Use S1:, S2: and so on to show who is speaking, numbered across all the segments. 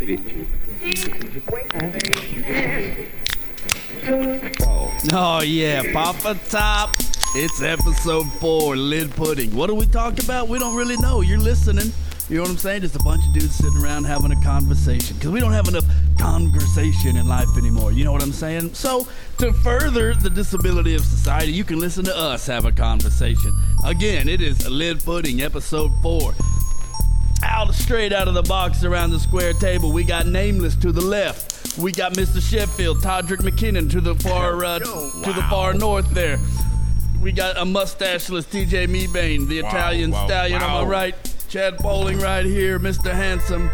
S1: Oh yeah, Papa Top. It's episode four, lid pudding. What do we talk about? We don't really know. You're listening. You know what I'm saying? Just a bunch of dudes sitting around having a conversation because we don't have enough conversation in life anymore. You know what I'm saying? So to further the disability of society, you can listen to us have a conversation. Again, it is lid pudding, episode four. Out straight out of the box around the square table, we got Nameless to the left. We got Mr. Sheffield, Todrick McKinnon to the far uh, to the far north there. We got a mustacheless TJ Mebane, the Italian
S2: wow,
S1: stallion on
S2: wow.
S1: my right. Chad Bowling right here, Mr. Handsome.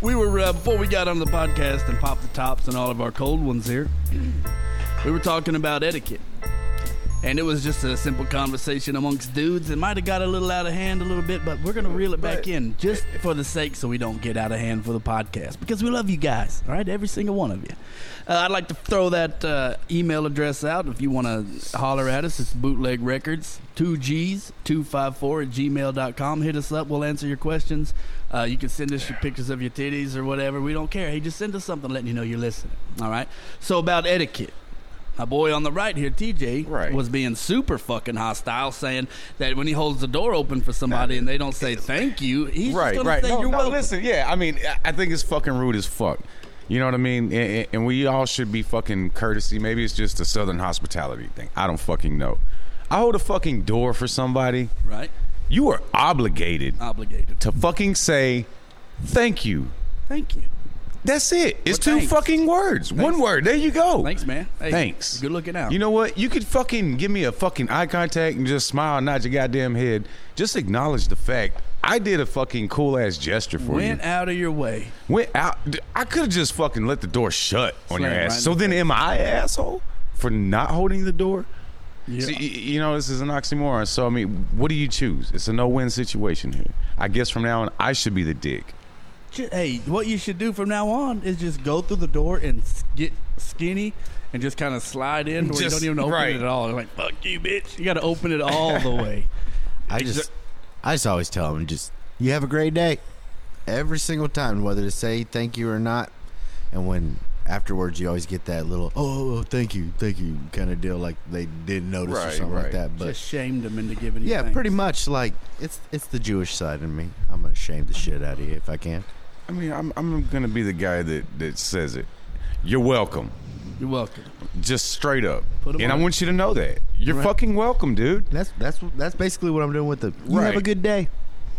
S1: We were uh, before we got on the podcast and popped the tops and all of our cold ones here. We were talking about etiquette. And it was just a simple conversation amongst dudes. It might have got a little out of hand a little bit, but we're going to reel it back in just for the sake so we don't get out of hand for the podcast because we love you guys, all right? Every single one of you. Uh, I'd like to throw that uh, email address out if you want to holler at us. It's bootleg records, 2Gs, 254 at gmail.com. Hit us up. We'll answer your questions. Uh, you can send us your pictures of your titties or whatever. We don't care. Hey, just send us something letting you know you're listening, all right? So, about etiquette. My boy on the right here, TJ,
S2: Right.
S1: was being super fucking hostile, saying that when he holds the door open for somebody and they don't say thank you, he's
S2: right,
S1: just gonna
S2: right.
S1: say
S2: No,
S1: you're
S2: no,
S1: welcome.
S2: listen, yeah. I mean, I- I think it's fucking rude as fuck. You know what I mean? And, and- and we all should be fucking courtesy. Maybe it's just a southern hospitality thing. I don't fucking know. I hold a fucking door for somebody.
S1: Right?
S2: You are obligated
S1: Obligated.
S2: to fucking say thank you.
S1: Thank you.
S2: That's it. It's
S1: Well,
S2: two
S1: thanks.
S2: fucking words. One word. There you go.
S1: Thanks, man. Hey,
S2: Thanks.
S1: Good looking out.
S2: You know what? You could fucking give me a fucking eye contact and just smile and nod your goddamn head. Just acknowledge the fact I did a fucking cool ass gesture for
S1: went
S2: you.
S1: out of your way.
S2: Went out. d- I could have just fucking let the door shut on
S1: Slam
S2: your ass.
S1: right
S2: so
S1: in
S2: then, am I an asshole for not holding the door?
S1: Yeah.
S2: See, y- y- you know, this is an oxymoron. So I mean, what do you choose? It's a no-win situation here. I guess from now on, I should be the dick.
S1: Ju- Hey, what you should do from now on is just go through the door and s- get skinny and just kind of slide in where you
S2: Just-
S1: don't even open
S2: right.
S1: it at all. You're like, fuck you, bitch. You got to open it all the way.
S3: I just, I just always tell them, just you have a great day, every single time, whether to say thank you or not. And when afterwards, you always get that little, oh, oh, thank you, thank you, kind of deal, like they didn't notice or
S2: Right,
S3: something
S2: right.
S3: like that. But
S1: just shamed him into giving you
S3: yeah,
S1: thanks.
S3: pretty much, like it's it's the Jewish side in me. I'm gonna shame the shit out of you if I can.
S2: I mean, I'm I'm gonna be the guy that that says it. You're welcome.
S1: You're welcome.
S2: Just straight up.
S1: Put 'em
S2: And I
S1: on.
S2: want you to know that. You're
S1: Right.
S2: fucking welcome, dude.
S3: That's that's that's basically what I'm doing with the. You have a
S2: Right.
S3: good day.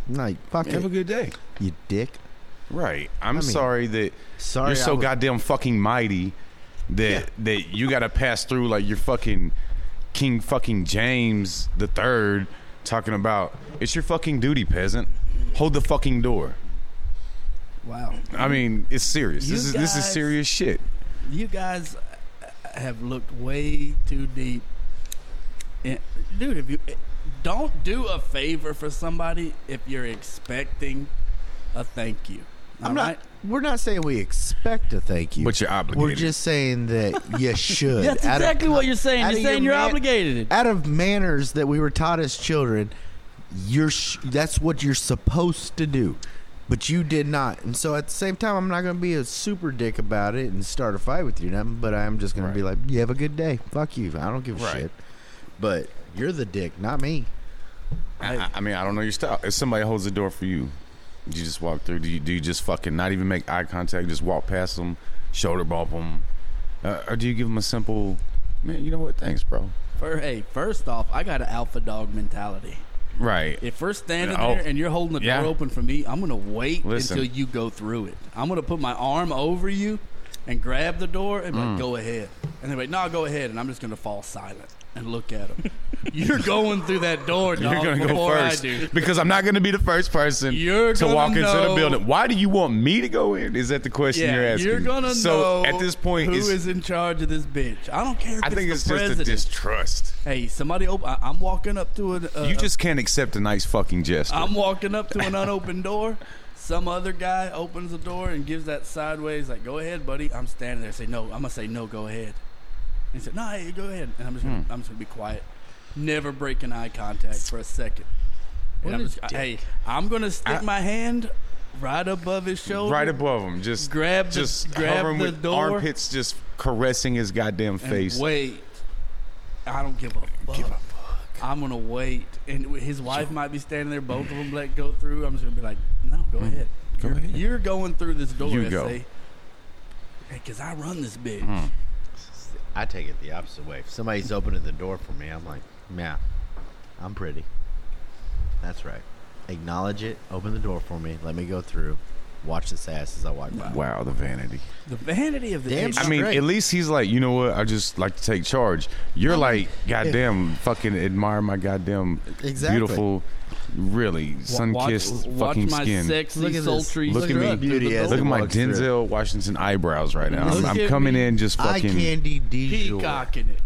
S3: I'm like fuck
S2: Have a
S3: it,
S2: good day.
S3: you dick.
S2: Right. I'm
S3: I mean,
S2: sorry that
S3: sorry
S2: you're so
S3: I was-
S2: goddamn fucking mighty that that you gotta pass through like you're fucking King fucking James the third talking about it's your fucking duty, peasant. Hold the fucking door.
S1: Wow.
S2: I mean, it's serious.
S1: You
S2: this is this is
S1: guys-
S2: serious shit.
S1: You guys have looked way too deep. And- Dude, if you eh, don't do a favor for somebody if you're expecting a thank you.
S3: I'm
S1: all
S3: not.
S1: right?
S3: We're not saying we expect a thank you,
S2: But you're obligated.
S3: We're just saying that you should.
S1: That's
S3: Out of-
S1: exactly what you're saying.
S3: out
S1: You're
S3: of
S1: saying
S3: your
S1: you're
S3: man-
S1: obligated.
S3: Out of manners that we were taught as children, you're sh- that's what you're supposed to do, but you did not. And so at the same time, I'm not going to be a super dick about it and start a fight with you, nothing. But I'm just going
S2: Right.
S3: to be like, you have a good day. Fuck you. I don't give a
S2: Right.
S3: shit. But you're the dick, not me.
S2: I, I- I mean, I don't know your style. If somebody holds the door for you, do you just walk through? Do you, do you just fucking not even make eye contact? Just walk past them, shoulder bump them, uh, or do you give them a simple, man? You know what? Thanks, bro.
S1: For, hey, first off, I got an alpha dog mentality.
S2: Right.
S1: If we're standing
S2: Oh.
S1: there and you're holding the door
S2: Yeah.
S1: open for me, I'm gonna wait
S2: Listen.
S1: until you go through it. I'm gonna put my arm over you and grab the door and be
S2: Mm.
S1: like, go ahead. And they're like, no, go ahead. And I'm just gonna fall silent and look at them. you're going through that door, dog,
S2: You're gonna go
S1: before
S2: first
S1: I do.
S2: because I'm not gonna be the first person
S1: You're
S2: to walk
S1: gonna
S2: into the
S1: know-
S2: building. Why do you want me to go in? Is that the question
S1: Yeah,
S2: you're
S1: you're,
S2: asking?
S1: gonna
S2: so
S1: know
S2: at this point,
S1: who
S2: it's,
S1: is in charge of this bitch. I don't care. If
S2: I think
S1: the
S2: it's just a
S1: president.
S2: distrust.
S1: Hey, somebody, open. I- I'm walking up to an. Uh,
S2: You just can't accept a nice fucking gesture.
S1: I'm walking up to an unopened door. Some other guy opens the door and gives that sideways, like, "Go ahead, buddy." I'm standing there. Say no. I'm gonna say no. Go ahead. And he said, "No, hey, go ahead." And I'm just,
S2: Hmm.
S1: gonna, I'm just gonna be quiet, never breaking eye contact for a second. And I'm just, hey, I'm gonna stick
S2: I-
S1: my hand right above his shoulder.
S2: right above him, just
S1: Grab the-
S2: just
S1: grab
S2: hovering
S1: the
S2: with
S1: door.
S2: armpits, just caressing his goddamn
S1: and
S2: face.
S1: Wait, I don't give a fuck. I'm gonna wait, and his wife might be standing there. Both of them let go through. I'm just gonna be like, no, go ahead.
S2: Mm. Go
S1: you're,
S2: ahead.
S1: You're going through this door.
S2: You
S1: I
S2: go. Mm.
S1: say, because I run this bitch.
S3: I take it the opposite way. If somebody's opening the door for me, I'm like, yeah, I'm pretty. That's right. Acknowledge it. Open the door for me. Let me go through. Watch this ass as I walk by.
S2: Wow, the vanity.
S1: The vanity of the
S3: Damn
S1: age.
S2: I
S3: It's
S2: mean,
S3: great.
S2: at least he's like, you know what? I just like to take charge. You're like, goddamn, fucking admire my goddamn
S3: Exactly.
S2: beautiful, really sun
S1: watch,
S2: kissed
S1: watch
S2: fucking
S1: my
S2: skin.
S1: sexy,
S3: Look at this.
S1: sultry,
S2: Look at me.
S1: strut through the
S3: Beauty
S1: door.
S3: as
S2: Look at my
S3: Walk through.
S2: Denzel Washington eyebrows right now. I'm,
S1: Look
S2: I'm
S1: at
S2: coming
S1: me.
S2: in just
S3: Eye
S2: fucking
S3: candy D.
S1: peacocking it,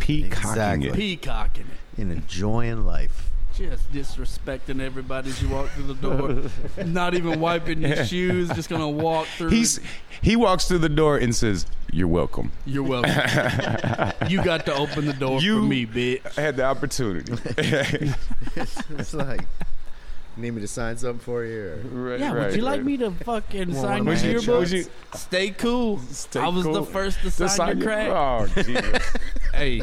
S2: peacocking
S3: Exactly.
S2: it.
S1: peacocking it,
S3: And enjoying life.
S1: just disrespecting everybody as you walk through the door. Not even wiping your shoes, just gonna walk through.
S2: He's he walks through the door and says, "You're welcome."
S1: You're welcome. you got to open the door
S2: You-
S1: for me, bitch.
S2: I had the opportunity.
S3: it's like, need me to sign something for you? Or?
S2: Right,
S1: Yeah, would
S2: right,
S1: you like
S2: right.
S1: me to fucking
S3: Well,
S1: sign your
S3: one of my
S1: yearbook?
S3: headshots. Would
S2: you-
S1: Stay cool.
S2: Stay
S1: I was the
S2: cool.
S1: first to
S2: To
S1: sign,
S2: sign
S1: your
S2: your-
S1: crack.
S2: Oh, Jesus.
S1: Hey,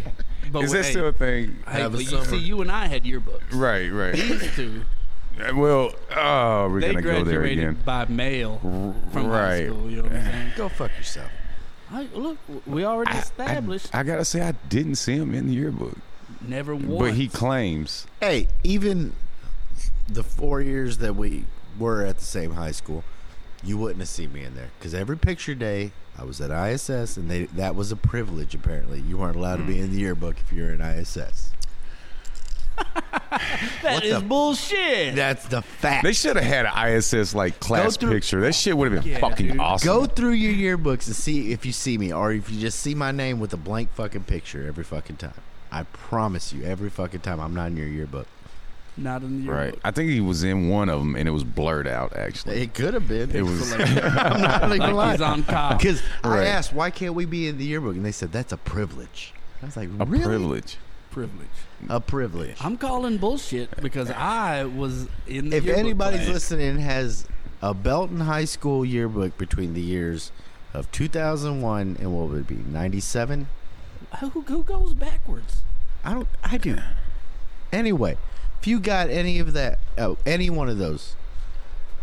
S1: but
S2: is
S1: wait,
S2: that still a thing?
S1: hey,
S3: Have a
S1: but you,
S3: summer.
S1: see, you and I had yearbooks.
S2: Right, right.
S1: These two,
S2: Well, oh, we're
S1: they
S2: gonna go there again.
S1: graduated by mail from high
S2: right.
S1: school. You know what I'm saying?
S3: Go fuck yourself.
S1: I, look, we already established.
S2: I gotta say, I didn't see him in the yearbook,
S1: never once.
S2: but he claims.
S3: Hey, even the four years that we were at the same high school, you wouldn't have seen me in there because every picture day I was at ISS, and they that was a privilege. Apparently, you weren't allowed to be in the yearbook if you were in ISS.
S1: that
S3: what
S1: is
S3: the-
S1: bullshit.
S3: That's the fact.
S2: They should have had an ISS like class
S3: through-
S2: picture. That shit would have been
S1: Yeah,
S2: fucking
S1: dude.
S2: awesome.
S3: Go through your yearbooks and see if you see me, or if you just see my name with a blank fucking picture every fucking time. I promise you, every fucking time I'm not in your yearbook.
S1: Not in the yearbook.
S2: right. I think he was in one of them, and it was blurred out. Actually,
S3: It could have been.
S2: it was.
S3: I'm not even
S1: Like
S3: lying.
S1: he's on top.
S3: Because I
S2: Right.
S3: asked, why can't we be in the yearbook? And they said, that's a privilege. I was like,
S2: A
S3: really?
S2: privilege.
S1: privilege.
S3: A privilege.
S1: I'm calling bullshit because I was in the
S3: If
S1: yearbook
S3: anybody's
S1: class.
S3: listening has a Belton High School yearbook between the years of 2001 and what would it be, 97?
S1: who, who goes backwards?
S3: I don't, I do. Anyway, if you got any of that, oh, any one of those,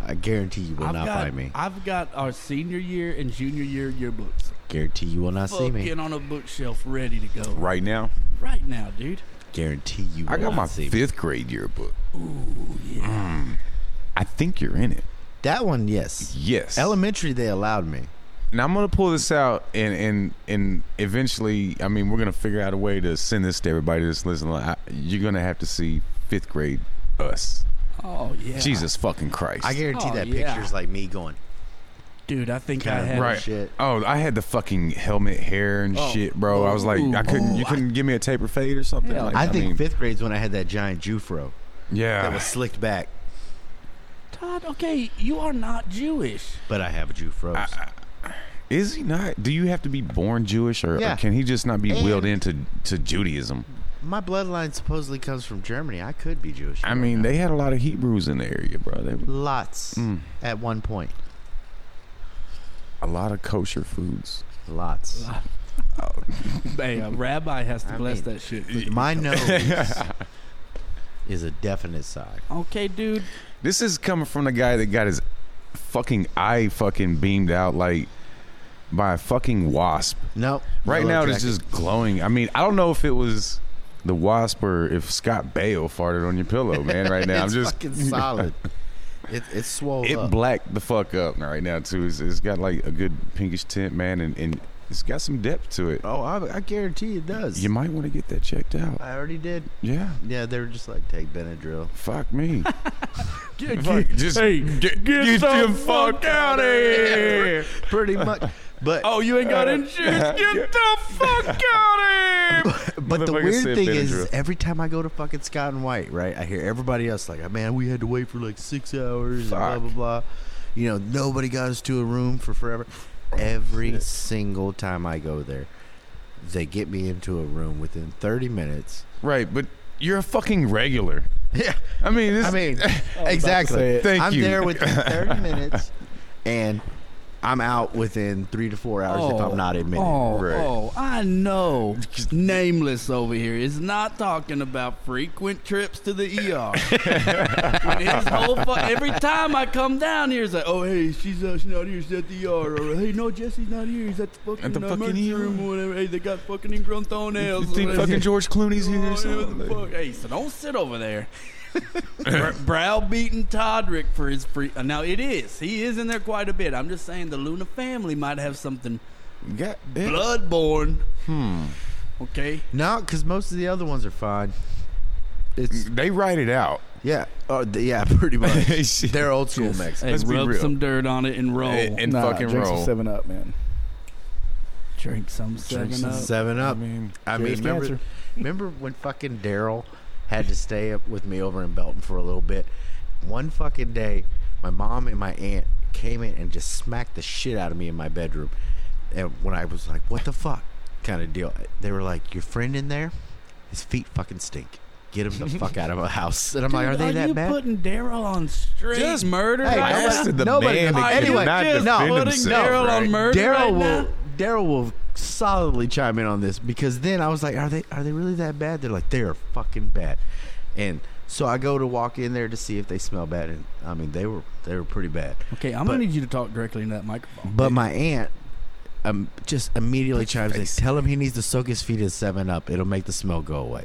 S3: I guarantee you will not
S1: got,
S3: find me.
S1: I've got our senior year and junior year yearbooks
S3: guarantee you will not see me.
S1: fucking on a bookshelf ready to go right,
S2: Right now,
S1: now, dude.
S3: Guarantee you will
S2: I got
S3: not
S2: my
S3: see me.
S2: fifth grade yearbook. Ooh, yeah. I think you're in it.
S3: That one, yes.
S2: Yes.
S3: Elementary, they allowed me.
S2: Now I'm gonna pull this out and and and eventually, I mean, we're gonna figure out a way to send this to everybody that's listening. I, you're gonna have to see fifth grade us.
S1: Oh yeah,
S2: Jesus fucking Christ!
S3: I guarantee
S1: Oh,
S3: that
S1: yeah.
S3: picture's like me going.
S1: dude. I think I
S3: Kinda
S1: had
S2: right.
S3: shit.
S2: Oh, I had the fucking helmet hair and
S1: Oh.
S2: shit, bro. I was like,
S1: Ooh.
S2: I couldn't. you
S1: Ooh, I-
S2: couldn't give me a taper fade or something.
S1: Hell,
S2: Like,
S3: I think
S2: mean, Ah.
S3: fifth grade's when I had that giant Jufro that
S2: yeah.
S3: was slicked back,
S1: Todd. Okay, you are not Jewish.
S3: but I have a Jufro.
S2: Ah, Is he not? Do you have to be born Jewish, or, or
S3: Yeah.
S2: can he just not be willed
S3: And-
S2: into to Judaism?
S3: My bloodline supposedly comes from Germany. I could be Jewish.
S2: I mean, they Mm. had a lot of Hebrews in the area, bro. They were
S3: lots at one point.
S2: a lot of kosher foods.
S3: Lots.
S1: Hey, a rabbi has to
S3: I
S1: bless
S3: mean-
S1: that shit.
S3: My nose is a definite sign.
S1: Okay, dude.
S2: This is coming from the guy that got his fucking eye fucking beamed out like by a fucking wasp.
S3: No.
S2: Right
S3: yellow
S2: now it's
S3: jacket.
S2: just glowing. I mean, I don't know if it was the wasp or if Scott Bale farted on your pillow, man. Right now, I'm
S3: It's
S2: just
S3: fucking solid. it, it's swole
S2: it
S3: up.
S2: blacked the fuck up right now too. It's, it's got like a good pinkish tint, man, and, and it's got some depth to it.
S3: oh, I, I guarantee it does.
S2: You might want to get that checked out.
S3: I already did.
S2: Yeah,
S3: Yeah, they were just like take Benadryl.
S2: fuck me.
S1: Get,
S2: Fuck,
S1: get-
S2: just
S1: hey,
S2: get, get
S1: the
S2: the fuck out of here. Uh,
S3: Pretty much. But
S1: Oh, you ain't got insurance. Get the fuck out of here.
S3: But the
S2: Motherfucker
S3: weird
S2: said
S3: thing is,
S2: Benadryl.
S3: every time I go to fucking Scott and White, right, I hear everybody else like, "Man, we had to wait for like six hours." and blah
S2: Fuck.
S3: blah blah. You know, nobody got us to a room for forever. Every single time I go there, they get me into a room within thirty minutes.
S2: Right, but you're a fucking regular.
S3: Yeah.
S2: I mean, this,
S3: I mean,
S4: to say
S3: exactly.
S4: it.
S2: Thank
S3: I'm
S2: you.
S3: there within 30 minutes, and I'm out within three to four hours if I'm not admitted.
S1: Oh,
S2: Right.
S1: oh, I know. Nameless over here is not talking about frequent trips to the ER. When his whole fu- every time I come down here, it's like, oh, hey, she's, uh, she's not here. She's at the ER. Or, hey, no, Jesse's not here. He's at the fucking,
S2: At the
S1: uh,
S2: fucking
S1: emergency
S2: ER.
S1: room or whatever. Hey, they got fucking ingrown toenails.
S2: you
S1: Or
S2: think fucking
S1: whatever.
S2: George Clooney's here or
S1: Oh, what the
S2: something?
S1: fuck? Hey, so don't sit over there. Br- Browbeating Todrick for his free. uh, Now it is. He is in there quite a bit. I'm just saying the Luna family might have something
S2: God, yeah.
S1: Bloodborne.
S2: Hmm.
S1: Okay.
S3: No, because most of the other ones are fine. It's
S2: They write it out.
S3: yeah, oh, th- yeah, pretty much.
S2: Shit.
S3: They're old school
S1: Just,
S3: Mexicans.
S1: hey,
S2: Let's be
S1: rub
S2: real.
S1: some dirt on it and roll.
S2: And- and
S4: Nah,
S2: fucking
S4: drink
S2: roll.
S4: some Seven Up, man.
S1: drink some seven
S2: some
S1: up.
S3: Seven
S2: I
S3: Up.
S2: mean,
S3: uh, I mean,
S4: Cures
S3: remember,
S4: cancer.
S3: remember when fucking Daryl had to stay up with me over in Belton for a little bit? One fucking day, my mom and my aunt came in and just smacked the shit out of me in my bedroom. And when I was like, what the fuck kind of deal, they were like, your friend in there, his feet fucking stink. Get him the fuck out of my house. And I'm like,
S1: Dude,
S3: are they that
S1: you
S3: bad?
S1: putting Daryl on straight
S2: Just-
S1: murder?
S3: Hey,
S2: I
S1: right
S3: nobody-
S2: asked the
S3: nobody-
S2: man that
S3: anyway,
S2: could not defend
S3: just- no,
S1: putting
S2: himself.
S1: Daryl on
S2: right?
S1: murder. right
S3: Daryl
S1: now?
S3: will Daryl will solidly chime in on this because then I was like, are they are they really that bad? They're like, they are fucking bad. And so I go to walk in there to see if they smell bad, and I mean they were they were pretty bad.
S1: now? Okay, I'm
S3: But-
S1: gonna need you to talk directly into that microphone.
S3: But my aunt um, just immediately chimes in, tell him he needs to soak his feet in Seven Up. It'll make the smell go away.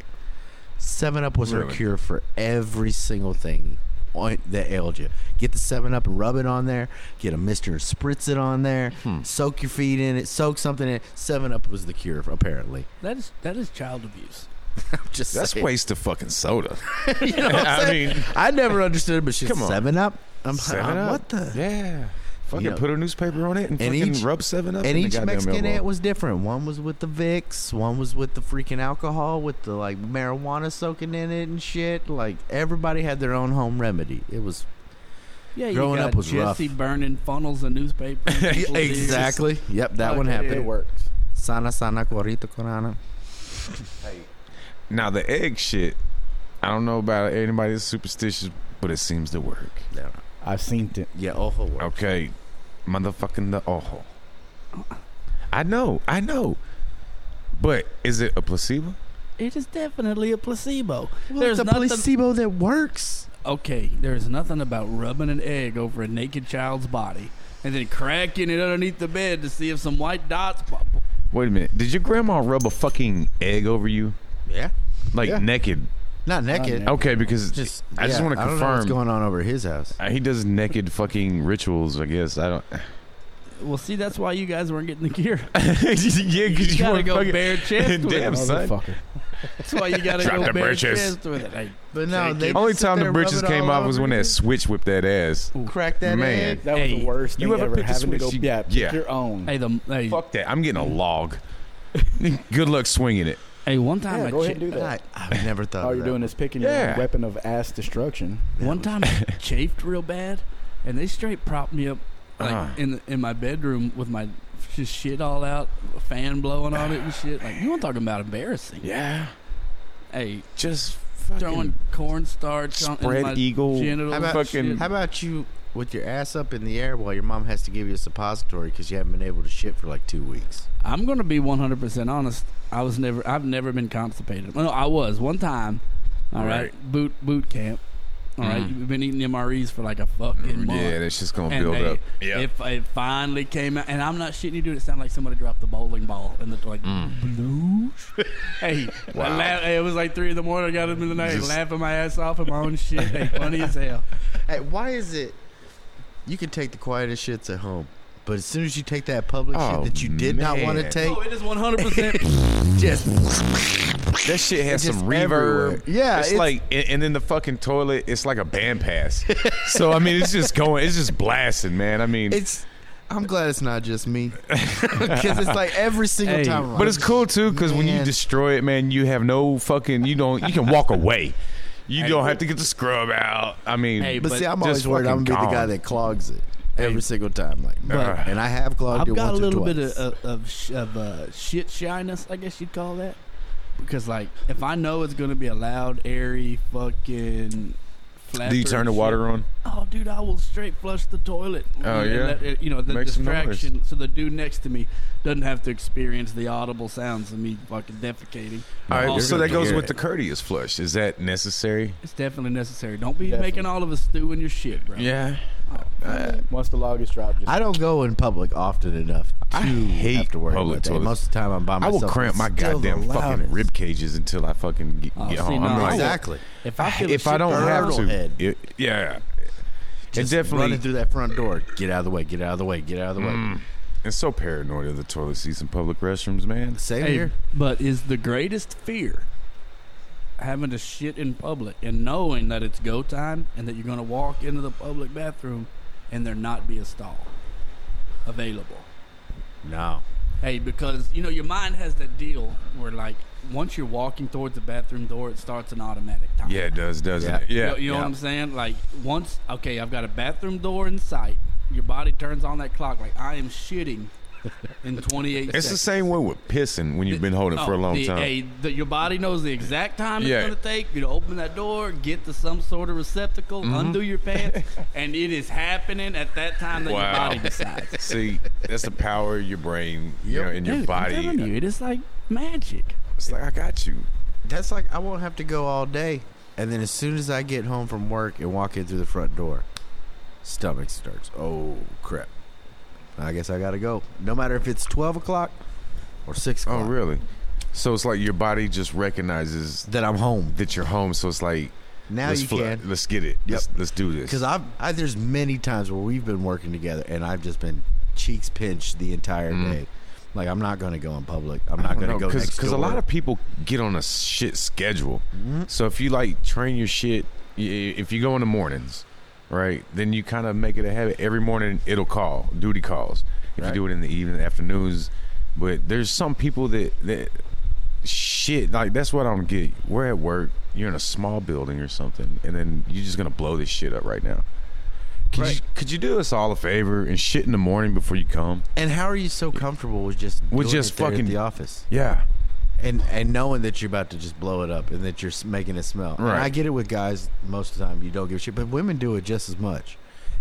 S3: Seven Up was her
S2: Really?
S3: cure for every single thing on, that ailed you. Get the Seven Up and rub it on there. Get a mister and spritz it on there.
S2: Hmm.
S3: Soak your feet in it. Soak something in it. Seven Up was the cure, apparently.
S1: that is that is child abuse.
S3: I'm just
S2: That's
S3: saying.
S2: waste of fucking soda.
S3: you know what I'm
S2: I
S3: saying?
S2: mean,
S3: I never understood it, but she's
S2: Come on.
S3: Seven Up. I'm,
S2: 7
S3: I'm-
S2: Up.
S3: What the?
S2: yeah. Fucking
S3: You know-
S2: put a newspaper on it and,
S3: And
S2: fucking
S3: each-
S2: rub seven up.
S3: And
S2: in the
S3: each
S2: goddamn
S3: Mexican
S2: elbow.
S3: aunt was different. One was with the Vicks, one was with the freaking alcohol, with the like marijuana soaking in it and shit. Like everybody had their own home remedy. It was
S1: Yeah, you
S3: Growing
S1: got
S3: up was
S1: Jesse
S3: rough.
S1: burning funnels of newspaper. in people's ears.
S3: Yep, that one
S1: Okay.
S4: It
S3: happened.
S4: works.
S3: Sana sana corito corana.
S2: Now the egg shit. I don't know about anybody that's superstitious, but it seems to work.
S3: Yeah,
S4: I've seen it.
S3: yeah ojo. works.
S2: Okay, motherfucking the ojo. I know, I know. But is it a placebo?
S1: It is definitely a placebo.
S3: Well,
S1: There's
S3: it's a
S1: nothing-
S3: placebo that works.
S1: okay, there's nothing about rubbing an egg over a naked child's body and then cracking it underneath the bed to see if some white dots pop.
S2: Wait a minute. Did your grandma rub a fucking egg over you,
S3: Yeah,
S2: like
S4: Yeah.
S2: naked?
S3: not naked.
S4: naked.
S2: Okay, because
S3: Just
S2: I just
S3: yeah,
S2: want to
S3: I don't know
S2: confirm
S3: what's going on over his house.
S2: Uh, he does naked fucking rituals. I guess I don't.
S1: Well, see, that's why you guys weren't getting the gear.
S2: yeah,
S1: You
S2: because you,
S1: gotta
S2: weren't
S1: go
S2: fucking.
S1: bare chest with it.
S2: Damn, son.
S4: Motherfucker.
S1: That's why you gotta
S2: Drop
S1: go
S2: the
S1: bare
S2: britches.
S1: chest with it. Hey,
S3: But no,
S1: Take
S3: they
S1: it.
S2: Only
S3: just sit
S2: time
S3: there
S2: the
S3: and rub
S2: britches
S3: it
S2: came
S3: all
S2: off was
S3: over
S2: when
S3: you.
S2: that switch whipped that ass.
S3: crack that
S2: Man.
S3: egg.
S4: That was
S1: Hey,
S4: the worst
S2: you
S4: thing
S2: ever
S4: ever.
S2: pick a
S4: having to go,
S2: switch?
S4: yeah, pick
S2: Yeah.
S4: your own.
S1: hey, the hey,
S2: Fuck that. I'm getting a log. Mm. Good luck swinging it.
S1: hey one time
S4: yeah,
S1: a
S4: go ahead
S1: chick-
S4: and do that.
S3: I, I've never thought.
S4: All
S3: of
S4: you're
S3: that.
S4: doing is picking your
S2: Yeah.
S4: own weapon of ass destruction.
S1: One time I chafed real bad, and they straight propped me up like
S2: Uh.
S1: in the, in my bedroom with my just shit all out, a fan blowing on it and shit. Like you want talking about embarrassing?
S2: Yeah,
S1: Hey,
S2: just fucking
S1: throwing cornstarch on in my
S2: spread eagle.
S1: genitals.
S3: How
S1: and
S3: about,
S2: fucking-
S1: shit.
S3: how about you with your ass up in the air while your mom has to give you a suppository because you haven't been able to shit for like two weeks?
S1: I'm gonna be 100 percent honest. I was never. I've never been constipated. Well, no, I was one time. All right, boot boot camp. All right,
S2: Mhm.
S1: you've been eating MREs for like a fucking month.
S2: Yeah, that's just gonna
S1: and
S2: build
S1: they,
S2: up.
S1: If it finally came out, and I'm not shitting you, dude, it sounded like somebody dropped the bowling ball in the like. bloosh. hey, I
S2: Wow.
S1: laugh, hey, it was like three in the morning. I got up in the night,
S2: Just-
S1: laughing my ass off at my own shit. Hey, funny as hell.
S3: Hey, why is it you can take the quietest shits at home, but as soon as you take that public
S2: Oh,
S3: shit that you did not want to
S2: man.
S3: take,
S1: Oh, it is 100. percent
S3: just
S2: That shit has
S3: It's
S2: some
S3: just
S2: reverb.
S3: everywhere. Yeah,
S2: it's,
S3: it's-
S2: like, and, and then the fucking toilet. It's like a band pass. so I mean, it's just going. It's just blasting, man. I mean,
S3: it's. I'm glad it's not just me because it's like every single
S1: Hey,
S3: time. I'm
S2: But
S3: like,
S2: it's cool too because when you
S3: Man.
S2: destroy it, man, you have no fucking. You don't. You can walk away. You don't have to get the scrub out. I mean,
S1: Hey,
S3: But,
S1: but
S3: see, I'm
S2: just
S3: always worried I'm gonna be
S2: fucking
S3: the guy
S2: gone.
S3: that clogs it every single time. Like,
S2: But-
S3: and I have clogged
S1: I've
S3: it
S1: got a
S3: once or
S1: little
S3: twice.
S1: bit of of, of, sh- of uh, shit shyness, I guess you'd call that. because like if I know it's gonna be a loud, airy, fucking.
S2: Do you
S1: flapper
S2: turn the
S1: shit,
S2: water on?
S1: Oh, dude, I will straight flush the toilet.
S2: Oh,
S1: And
S2: yeah?
S1: let it- you know the
S2: Make some noise.
S1: distraction, so the dude next to me doesn't have to experience the audible sounds of me fucking defecating.
S2: All right,
S1: All
S2: so
S1: good.
S2: that goes
S1: Yeah.
S2: with the courteous flush. Is that necessary?
S1: It's definitely necessary. Don't be
S4: Definitely.
S1: making all of us stew in your shit, bro.
S2: Yeah.
S4: Once the log is dropped, just
S3: I don't go in public often enough to
S2: I hate
S3: have to worry
S2: public
S3: about that.
S2: toilets.
S3: Most of the time, I'm by
S2: I
S3: myself.
S2: will cramp my
S3: It's still the
S2: goddamn fucking
S3: loudest.
S2: rib cages until I fucking get,
S1: Oh,
S2: get
S1: see,
S2: home.
S1: no,
S2: I'm
S1: I
S2: like,
S1: will.
S3: Exactly.
S1: If I feel
S2: if I don't have
S3: fertile
S2: to,
S3: head.
S2: it- yeah.
S3: Just
S2: it definitely Mm.
S3: running through that front door. Get out of the way. Get out of the way. Get out of the way.
S2: It's so paranoid of the toilet seats in public restrooms, man.
S3: Same
S1: hey,
S3: here.
S1: but is the greatest fear having to shit in public and knowing that it's go time and that you're gonna walk into the public bathroom and there not be a stall available?
S3: No.
S1: Hey, because you know your mind has that deal where like once you're walking towards the bathroom door, it starts an automatic timer.
S2: Yeah, it does, doesn't
S3: Yeah.
S2: it?
S1: You
S2: Yeah.
S1: know, you know
S3: yeah.
S1: what I'm saying? Like once, okay, I've got a bathroom door in sight. Your body turns on that clock. Like I am shitting in 28 seconds.
S2: It's the same way with pissing when you've been holding it for a
S1: Oh,
S2: long
S1: the-
S2: time.
S1: hey, the- your body knows the exact time it's
S2: Yeah.
S1: going to take you to open that door, get to some sort of receptacle,
S2: Mm-hmm.
S1: undo your pants, and it is happening at that time that your
S2: Wow.
S1: body decides.
S2: See, that's the power of your brain, you
S3: Yep.
S2: know, and your
S1: Dude, I'm telling
S2: body. uh,
S1: you, it is like magic.
S2: It's like I got you.
S3: That's like I won't have to go all day, and then as soon as I get home from work and walk in through the front door, stomach starts. Oh crap! I guess I gotta go. No matter if it's twelve o'clock or six
S2: Oh,
S3: o'clock.
S2: really? So it's like your body just recognizes
S3: That I'm home.
S2: that you're home. So it's like
S3: Now
S2: let's
S3: you
S2: fl-
S3: can.
S2: let's get it. Let's, let's do this.
S3: Because I've I, there's many times where we've been working together and I've just been cheeks pinched the entire
S2: Mm.
S3: day. Like I'm not going to go in public. I'm
S2: I
S3: not
S2: don't
S3: going to
S2: know,
S3: go next
S2: Because a
S3: door. Mm-hmm.
S2: lot of people get on a shit schedule. So if you like train your shit, y- if you go in the mornings, right, then you kind of make it a habit. Every morning it'll call duty calls. If
S3: Right.
S2: you do it in the evening, afternoons, but there's some people that that shit like that's what I don't get. We're at work. You're in a small building or something, and then you're just gonna blow this shit up right now. Could, you,
S1: Right.
S2: could you do us all a favor and shit in the morning before you come?
S3: and how are you so comfortable with just
S2: With
S3: doing
S2: just
S3: it there at
S2: fucking-
S3: the office
S2: Yeah.
S3: and and knowing that you're about to just blow it up and that you're s- making it smell. And
S2: Right.
S3: I get it with guys most of the time. You don't give a shit, but women do it just as much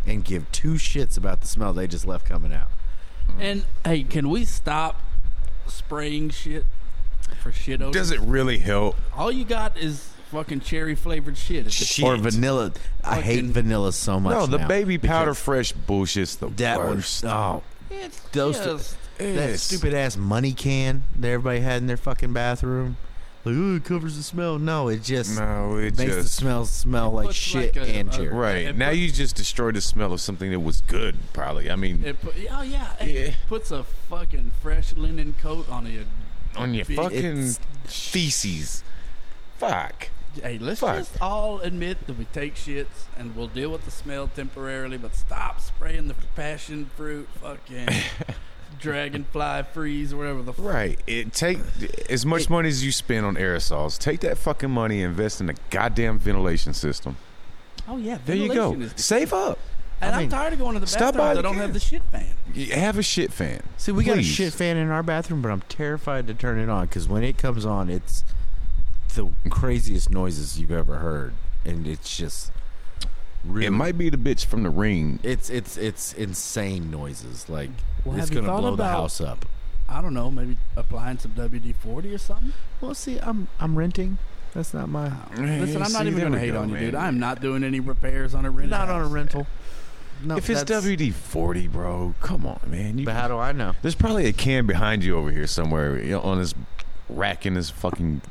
S3: and give two shits about the smell they just left coming out.
S2: Mm-hmm.
S1: And hey, can we stop spraying shit for shit odor?
S2: Does it really help?
S1: All you got is fucking cherry flavored shit. It's just-
S2: Shit.
S3: Or vanilla. I hate
S1: Fucking-
S3: vanilla so much.
S2: No, the
S3: now
S2: baby powder
S3: because
S2: fresh bullshit's the
S3: That
S2: worst.
S3: one's oh
S1: It's
S3: Those-
S1: just-
S3: That
S2: Yes.
S3: stupid ass money can that everybody had in their fucking bathroom. Like, ooh, it covers the smell. No, it just
S2: No, it
S3: makes the
S2: just
S3: smell smell like
S1: puts
S3: shit
S1: like a-
S3: and
S1: a-
S3: jerk.
S2: right
S1: It
S2: now
S1: put-
S2: you just destroyed the smell of something that was good. Probably, I mean,
S1: It put, oh yeah, it
S2: Yeah.
S1: puts a fucking fresh linen coat on you.
S2: on your
S1: It-
S2: fucking
S3: it's-
S2: feces. Fuck.
S1: Hey, let's
S2: Fuck.
S1: just all admit that we take shits and we'll deal with the smell temporarily, but stop spraying the passion fruit, fucking dragonfly freeze, or whatever the fuck.
S2: Right. It take as much money as you spend on aerosols. Take that fucking money and invest in a goddamn ventilation system.
S1: Oh yeah,
S2: There you go.
S1: ventilation is-
S2: Save up.
S1: and
S3: I
S1: I'm
S3: mean,
S1: tired of going to the
S2: stop
S1: bathroom.
S2: by
S1: I
S2: the
S1: don't have
S2: can.
S1: the shit fan.
S2: You Have a shit fan.
S3: See, we got a
S2: Please.
S3: shit fan in our bathroom, but I'm terrified to turn it on because when it comes on, it's the craziest noises you've ever heard, and it's just really
S2: It might be the bitch from the ring.
S3: It's it's it's insane noises. Like
S1: Well,
S3: it's
S1: have you
S3: gonna
S1: thought
S3: blow the
S1: about-
S3: house up.
S1: I don't know, maybe applying some WD forty or something. Oh.
S3: Well, see, I'm I'm renting. That's not my house.
S2: Hey,
S1: Listen, I'm not
S2: see,
S1: even
S2: there
S1: gonna
S2: we
S1: hate
S2: go,
S1: on you,
S2: man.
S1: dude. I'm not doing any repairs on a rental.
S3: Not on a rental. No,
S2: if it's
S3: that's-
S2: WD forty, bro, come on, man. You
S3: But how do I know?
S2: There's probably a can behind you over here somewhere you know, on this rack in this fucking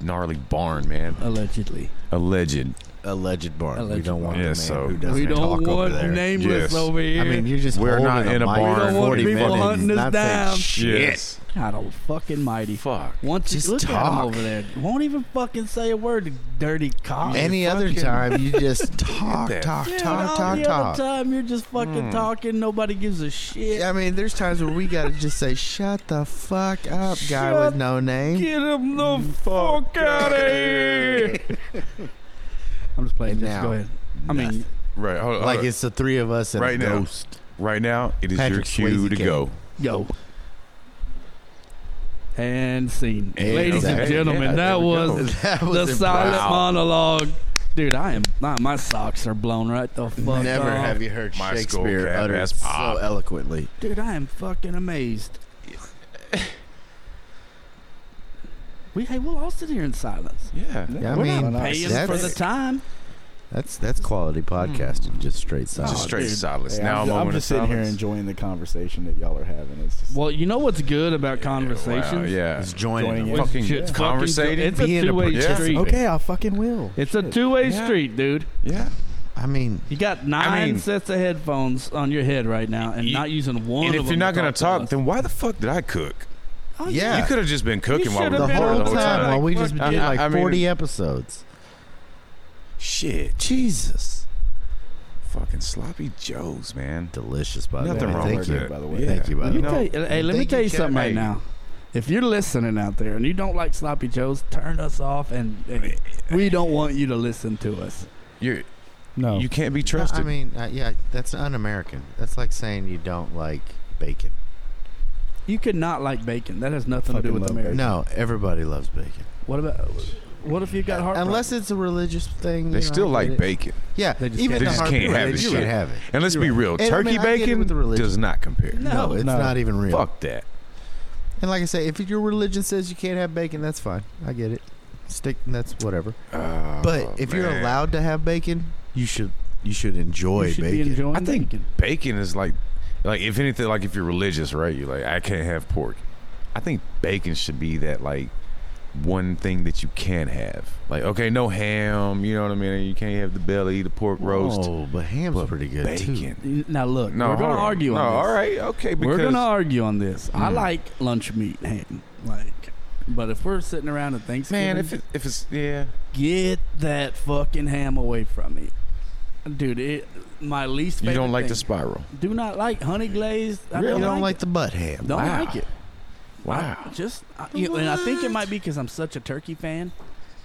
S2: gnarly barn, man.
S1: Allegedly.
S2: Alleged.
S3: alleged barn. we
S1: Alleged
S3: don't want
S2: barn.
S3: the
S2: Yeah,
S3: man
S2: so-
S3: who doesn't
S1: we
S3: talk
S1: don't
S3: over
S1: want
S3: there.
S1: nameless
S2: Yes.
S1: over here.
S3: I mean, you're just
S2: We're
S3: holding
S2: not in a barn.
S3: mic for
S2: We don't want
S3: 40
S1: people
S3: minutes,
S1: hunting us
S3: not saying
S1: down.
S3: shit.
S2: Yes.
S1: God, oh fucking mighty.
S2: Fuck.
S1: Once
S3: Just
S1: you look at
S3: talk.
S1: him over there, won't even fucking say a word. you Dirty cock.
S3: Any other
S2: fucking-
S3: time, you just talk,
S2: that
S3: talk,
S1: Dude, all
S3: talk, talk,
S1: the
S3: talk. Hmm.
S1: other time you're just fucking talking. Nobody gives a shit.
S3: I mean, there's times where we gotta just say, "Shut the fuck up, guy
S1: Shut
S3: with no name."
S1: Get him the
S3: Mm,
S1: fuck out of here. I'm just playing.
S3: And
S1: Just go
S3: now,
S1: ahead. I mean,
S2: Right. Hold, hold
S3: Like
S2: on.
S3: it's the three of us and
S2: Right
S3: a
S2: now.
S3: ghost.
S2: right now, it is
S3: Patrick
S2: your cue
S3: Swayze
S2: to
S3: came.
S2: go.
S1: yo. and scene.
S2: Yeah,
S1: Ladies
S2: okay.
S1: and gentlemen,
S2: Yeah, there
S1: that,
S2: we
S1: was
S2: go.
S3: That
S1: the
S3: was
S1: silent
S2: impressive.
S1: monologue. Dude, I am my, my socks are blown right the fuck
S3: Never
S1: off.
S3: have you heard
S2: My
S3: Shakespeare
S2: skullcap
S3: utter
S2: ass
S3: so
S2: pop.
S3: eloquently.
S1: Dude, I am fucking amazed. we hey, we'll all sit here in silence.
S2: Yeah.
S3: Yeah, I
S1: We're
S3: mean,
S1: not paying
S3: that's-
S1: for the time.
S3: That's that's quality podcasting, just straight silence.
S2: Just straight
S1: dude.
S2: silence.
S4: Hey,
S2: now
S4: I'm,
S2: a
S4: ju- I'm
S2: moment
S4: just
S2: of
S4: sitting here
S2: silence.
S4: enjoying the conversation that y'all are having. It's just,
S1: Well, you know what's good about conversations?
S2: Wow, yeah.
S3: It's joining.
S4: Joining
S3: them.
S4: in.
S2: Fucking
S1: Shit's fucking
S2: conversating.
S1: good. It's a
S3: Being a
S1: two-way
S2: participant.
S1: street.
S4: okay, I fucking will.
S1: It's a two-way
S2: Yeah.
S1: street, dude.
S2: yeah.
S3: I mean,
S1: You got nine
S2: mean-
S1: sets of headphones on your head right now, and
S2: You-
S1: not using one.
S2: And
S1: of
S2: if
S1: them
S2: you're not gonna
S1: talk,
S2: talk,
S1: to us.
S2: then why the fuck did I cook?
S1: Oh,
S3: yeah.
S2: You could have just been cooking while we
S1: should've
S3: the
S2: were
S1: been
S2: recording
S3: whole
S1: on
S2: the whole time.
S3: time while we
S1: Like,
S3: just
S1: fuck,
S3: did
S2: I-
S3: like
S2: I mean-
S3: forty episodes.
S2: Shit,
S3: Jesus,
S2: fucking sloppy joes, man.
S3: delicious by the
S2: Nothing
S3: way.
S2: wrong
S3: Thank
S2: with
S3: you.
S2: it.
S4: by the way.
S2: Yeah.
S3: Thank you, by
S1: Let
S3: the
S1: me
S3: way.
S2: No.
S1: tell you, hey, let me
S2: Think
S1: tell
S2: you
S1: you
S2: can-
S1: something right
S2: hey.
S1: now. If you're listening out there and you don't like sloppy joes, turn us off, and hey, we don't want you to listen to us.
S2: You
S4: No.
S2: you can't be
S3: No,
S2: trusted.
S3: Oh. I mean, uh, yeah, that's un-American. That's like saying you don't like bacon.
S1: You could not like bacon. That has nothing to do
S4: Fucking
S1: with
S4: love
S1: America.
S3: No, everybody loves bacon,
S1: What about? What if you got heart?
S3: unless it's a religious thing.
S2: they
S3: you know,
S2: still
S3: I
S2: like
S3: get it.
S2: bacon.
S3: Yeah,
S1: They just
S3: even
S1: can't
S3: the
S1: have
S2: it.
S3: hard
S2: They just can't have
S3: people,
S2: it.
S3: they
S2: Shit.
S3: can't have it.
S2: And let's
S3: You're
S2: be
S3: right.
S2: real,
S3: And I
S2: turkey
S3: mean, I get it
S2: bacon
S3: with the religion.
S2: does not compare.
S1: No.
S3: No, it's
S4: no.
S3: not even real.
S2: Fuck that.
S3: And like I say, if your religion says you can't have bacon, that's fine. I get it. Stick. That's whatever.
S2: Oh,
S3: But if you're
S2: man.
S3: allowed to have bacon, you should you should enjoy
S1: you should
S3: bacon.
S1: be enjoying
S2: I think
S1: bacon.
S2: bacon is like, like if anything, like if you're religious, right? You're like, I can't have pork. I think bacon should be that like one thing that you can have. Like, okay, no ham. You know what I mean? You can't have the belly, the pork roast,
S3: Oh, but ham's
S2: but
S3: pretty good too.
S2: bacon.
S1: Now look,
S2: No,
S1: we're
S2: hold
S1: gonna
S2: on.
S1: argue
S2: No,
S1: on this.
S2: all right, okay. Because
S1: we're gonna argue on this. I
S2: Mm.
S1: like lunch meat ham, like. But if we're sitting around at Thanksgiving,
S2: man, if it, if it's yeah,
S1: get that fucking ham away from me, dude. It my least.
S2: you
S1: favorite
S2: don't like the
S1: thing.
S2: spiral.
S1: Do not like honey glazed. I
S2: Really?
S3: You
S1: don't,
S3: don't
S1: like
S3: like the butt ham.
S1: it. Don't
S2: Wow.
S1: like it. I
S2: Wow.
S1: just I, you know, and I think it might be because I'm such a turkey fan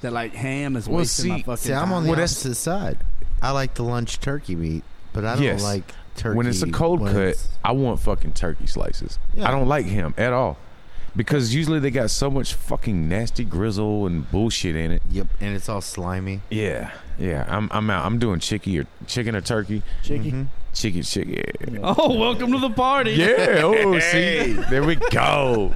S1: that like ham is
S2: Well,
S1: wasting my
S2: see-
S1: fucking.
S3: See, I'm
S1: time.
S3: on the
S2: Well, that's-
S3: opposite side. I like the lunch turkey meat, but I don't
S2: Yes.
S3: like turkey
S2: when it's a cold
S3: when
S2: cut,
S3: it's-
S2: I want fucking turkey slices.
S3: Yeah.
S2: I don't like him at all because usually they got so much fucking nasty grizzle and bullshit in it.
S3: Yep, and it's all slimy.
S2: Yeah, yeah. I'm I'm out. I'm doing chicky or chicken or turkey.
S4: Chicky.
S3: Mhm.
S2: Chicky, chicken.
S1: Oh, welcome to the party!
S2: Yeah. Oh, see, there we go.
S1: Con-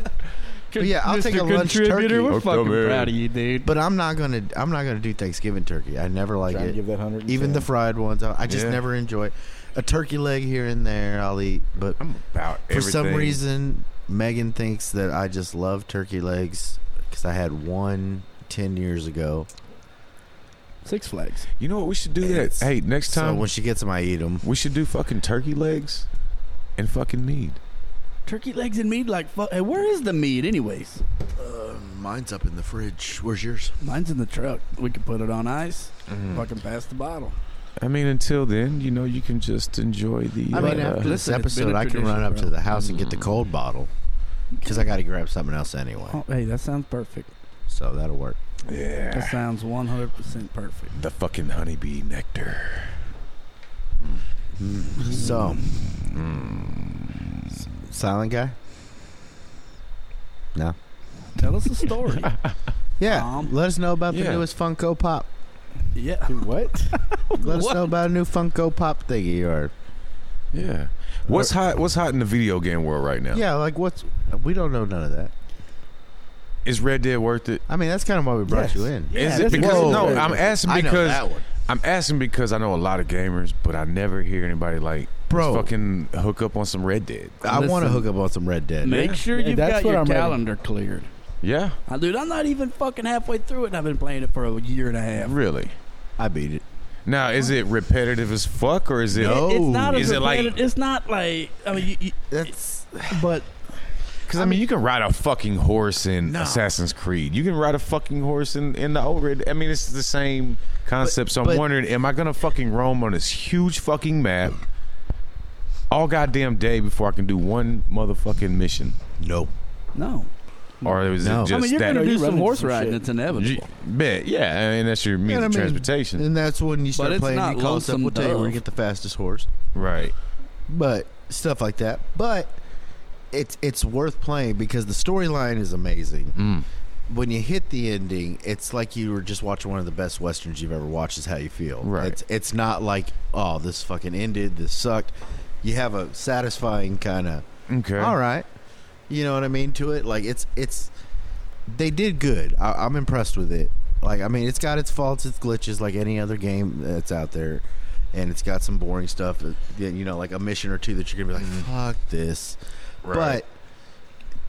S3: But yeah, I'll take a lunch turkey.
S1: We're
S2: Okay,
S1: fucking
S2: man.
S1: proud of you, dude.
S3: But I'm not gonna I'm not gonna do Thanksgiving turkey. I never like
S4: Try and
S3: it.
S4: give that 110.
S3: Even the fried ones, I I just
S2: Yeah.
S3: never enjoy. it. A turkey leg here and there, I'll eat, but
S2: I'm about
S3: For some
S2: everything.
S3: reason, Megan thinks that I just love turkey legs because I had one 10 years ago.
S1: Six Flags.
S2: You know what? We should do that.
S3: It's-
S2: Hey, next
S3: So
S2: time
S3: when she gets them, I eat them.
S2: we should do fucking turkey legs and fucking meat.
S1: Turkey legs and meat, like fuck. Hey, where is the meat, anyways?
S3: mine's up in the fridge. Where's yours?
S1: Mine's in the truck. We can put it on ice.
S3: Mm-hmm.
S1: Fucking pass the bottle.
S2: I mean, until then, you know, you can just enjoy the.
S3: I mean,
S2: uh,
S3: after this
S1: listen, it's been
S3: episode,
S1: a
S3: I can run
S1: tradition,
S3: up
S1: bro.
S3: to the house and get the cold bottle because I got to grab something else anyway.
S1: Oh, hey, that sounds perfect.
S3: So that'll work.
S2: yeah.
S1: That sounds one hundred percent perfect.
S2: The fucking honeybee nectar.
S3: So, Mm. silent guy? No.
S1: Tell us a story.
S3: Yeah.
S1: Um,
S3: let us know about the
S2: yeah.
S3: newest Funko Pop.
S1: yeah.
S4: Dude, what?
S3: Let us
S1: What?
S3: know about a new Funko Pop thingy or
S2: Yeah. What's hot? What's hot in the video game world right now?
S3: Yeah, like what's we don't know none of that.
S2: Is Red Dead worth it?
S3: I mean, that's kind of why we brought
S1: Yes.
S3: you in.
S1: Yeah,
S2: Is
S1: that's
S2: it because
S1: worth
S2: no?
S1: it.
S2: I'm asking
S3: I know
S2: because
S3: that one,
S2: I'm asking because I know a lot of gamers, but I never hear anybody like
S3: bro.
S2: let's fucking hook up on some Red Dead.
S3: I want to
S1: Listen.
S3: hook up on some Red Dead.
S1: Make sure
S4: Yeah,
S1: you've
S4: that's
S1: got
S4: what
S1: your
S4: I'm ready.
S1: calendar cleared.
S2: Yeah,
S1: Uh, dude, I'm not even fucking halfway through it, and I've been playing it for a year and a half.
S2: really.
S3: I beat it.
S2: Now, is it repetitive as fuck, or is it?
S3: No.
S1: It- it's
S3: Oh.
S1: not as
S2: Is it like-
S1: repetitive- It's not like. I mean, you, you,
S3: That's
S1: but
S2: Because I mean, you can ride a fucking horse in
S3: No.
S2: Assassin's Creed. You can ride a fucking horse in, in the old Red. I mean, it's the same concept. so I'm
S3: but-
S2: wondering, am I gonna fucking roam on this huge fucking map all goddamn day before I can do one motherfucking mission?
S3: nope.
S1: no.
S2: Or is
S3: No. I
S2: it just
S1: I mean, you're
S2: that?
S1: gonna
S4: No,
S1: do
S4: you
S1: some
S4: run
S1: horse
S4: into some
S1: riding.
S4: shit.
S1: It's inevitable.
S2: You- bet, yeah, and that's your means
S3: Yeah, I
S2: of
S3: mean,
S2: transportation,
S3: And that's when you start
S1: it's
S3: playing.
S1: not
S3: you call us up,
S1: Lonesome
S3: we'll tell you where
S1: Dove.
S3: you get the fastest horse.
S2: right?
S3: But stuff like that. But it's it's worth playing because the storyline is amazing.
S2: Mm.
S3: When you hit the ending, it's like you were just watching one of the best westerns you've ever watched. Is how you feel.
S2: Right.
S3: It's it's not like oh this fucking ended. This sucked. You have a satisfying kind of
S2: Okay.
S3: all right, you know what I mean to it. Like it's it's they did good. I, I'm impressed with it. Like I mean, it's got its faults, its glitches, like any other game that's out there, and it's got some boring stuff. uh, yeah, You know, like a mission or two that you're gonna be like, fuck this.
S2: Right.
S3: But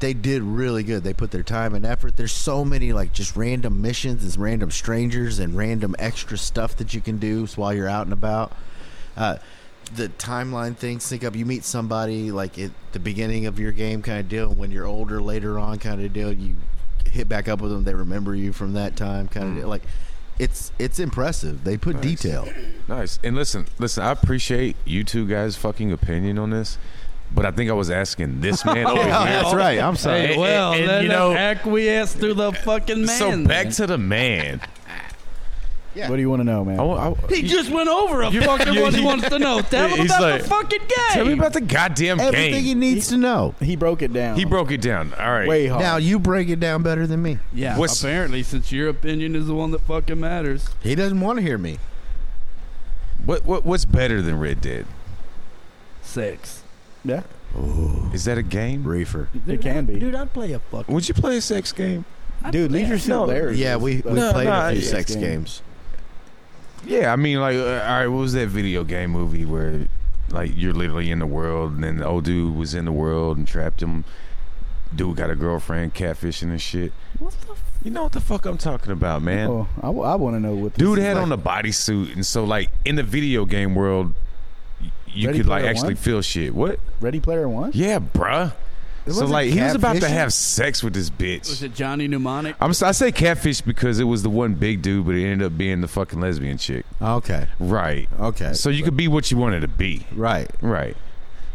S3: they did really good. They put their time and effort. There's so many like just random missions and random strangers and random extra stuff that you can do while you're out and about. Uh, the timeline things sync up. You meet somebody like at the beginning of your game kind of deal. When you're older later on kind of deal, you hit back up with them. They remember you from that time kind of
S2: Mm.
S3: deal. Like it's it's impressive. They put detail.
S2: Nice. And listen, listen, I appreciate you two guys' fucking opinion on this, but I think I was asking this man over here.
S3: That's right. I'm sorry.
S1: Hey,
S2: And-
S1: well,
S2: and-
S1: let
S2: you
S1: us
S2: know-
S1: acquiesce through the fucking man.
S2: So back to the man.
S4: What do you want to know, man?
S2: I, wa- I, wa-
S1: he just went over a fucking
S2: you-
S1: one he
S2: you-
S1: wants to know. Tell him
S2: He's
S1: about
S2: like,
S1: the fucking game.
S2: tell me about the goddamn
S3: Everything
S2: game.
S3: he needs to know.
S4: he broke it down.
S2: He broke it down. All right.
S4: way hard.
S3: Now you break it down better than me.
S1: yeah,
S2: What's-
S1: apparently, since your opinion is the one that fucking matters.
S3: He doesn't want to hear me.
S2: What, what what's better than Red Dead?
S1: Sex.
S4: yeah,
S2: Is that a game?
S3: Reefer.
S4: it can be.
S1: Dude, I'd play a fucking.
S2: Would you play a sex game?
S4: Dude, leave
S1: yeah.
S4: yourself
S2: No,
S4: there.
S3: Yeah, we, we
S2: No,
S3: played
S2: no,
S3: a few
S2: it's
S3: sex
S4: game.
S3: games.
S2: Yeah, I mean, like, uh, all right, what was that video game movie where, like, you're literally in the world, and then the old dude was in the world and trapped him. Dude got a girlfriend, catfishing and shit.
S1: What the f-
S2: You know what the fuck I'm talking about, man?
S4: Oh, I, want to know what this
S2: Dude
S4: is
S2: had
S4: like.
S2: on a bodysuit, and so like in the video game world, y- you
S4: Ready
S2: could like
S4: Player
S2: actually
S4: One?
S2: feel shit. What?
S4: Ready Player One.
S2: Yeah, bruh. So
S3: wasn't
S2: like he was about to
S3: catfishing?
S2: have sex with this
S1: Was
S2: bitch.
S1: it Johnny Mnemonic?
S2: I'm s- I say catfish because it was the one big dude, but it ended up being the fucking lesbian chick.
S3: Okay.
S2: Right.
S3: Okay.
S2: So you could be what you wanted to be.
S3: right.
S2: Right.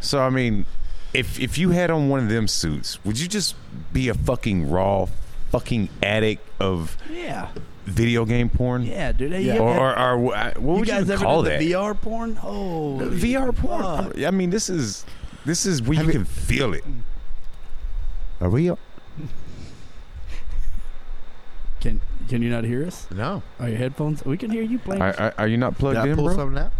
S2: So I mean, if if you had on one of them suits, would you just be a fucking raw fucking addict of
S1: Yeah.
S2: video game porn?
S1: Yeah, dude. Hey,
S4: Yeah.
S1: you
S2: Or,
S1: ever-
S2: or, or what
S1: you
S2: would you,
S1: guys
S2: even
S1: ever
S2: call
S1: did
S2: that?
S1: the VR porn? Oh,
S2: VR porn. I mean, this is this is where you
S3: Have you-
S2: can feel it.
S3: Are we?
S1: Can can you not hear us?
S3: No.
S1: Are your headphones? We can hear you playing.
S2: Are, are, are you not plugged
S3: Did I
S2: in,
S3: pull
S2: bro?
S3: something out?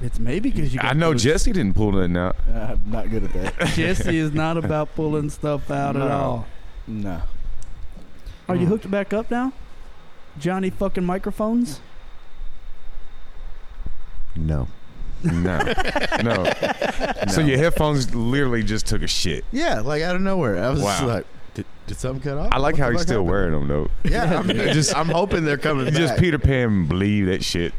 S1: It's maybe because you.
S2: I
S1: got
S2: know
S1: those-
S2: Jesse didn't pull nothing out.
S4: Uh, I'm not good at that.
S1: Jesse is not about pulling stuff out
S2: No.
S1: at all.
S4: no.
S1: Are you
S2: Mm.
S1: hooked back up now? Johnny fucking microphones?
S3: No.
S2: No, no. So your headphones literally just took a shit.
S3: Yeah, like out of nowhere. I was just
S2: Wow.
S3: like, did, did something cut off?
S2: I like
S3: What
S2: how
S3: the
S2: he's
S3: fuck
S2: still
S3: happened?
S2: wearing them though.
S3: Yeah, I'm, just, I'm hoping they're coming back.
S2: Just Peter Pan believe that shit.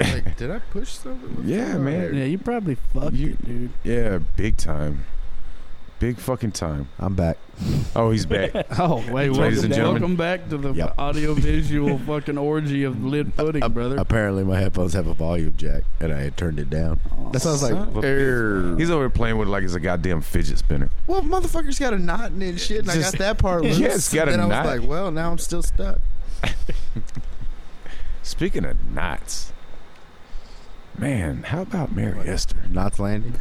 S3: like, did I push something? What's
S2: Yeah,
S3: going on
S2: man.
S3: here?
S1: Yeah, you probably fucked
S2: You-
S1: it, dude.
S2: Yeah, big time. Big fucking time.
S3: I'm back.
S2: Oh, he's back.
S1: Oh, wait,
S2: Ladies
S1: welcome,
S2: and gentlemen.
S1: welcome back to the
S3: Yep.
S1: audiovisual fucking orgy of lid pudding, brother.
S3: Apparently, my headphones have a volume jack, and I had turned it down. That sounds like,
S2: Son of a
S3: "Err."
S2: bitch. he's over here playing with it like it's a goddamn fidget spinner.
S3: well, motherfucker's got a knot and shit, and I
S2: Just-
S3: got that part loose.
S2: Yeah, it's got a
S3: and then I
S2: knot.
S3: was like, well, now I'm still stuck.
S2: Speaking of knots, man, how about Mary Esther?
S3: Knots landing.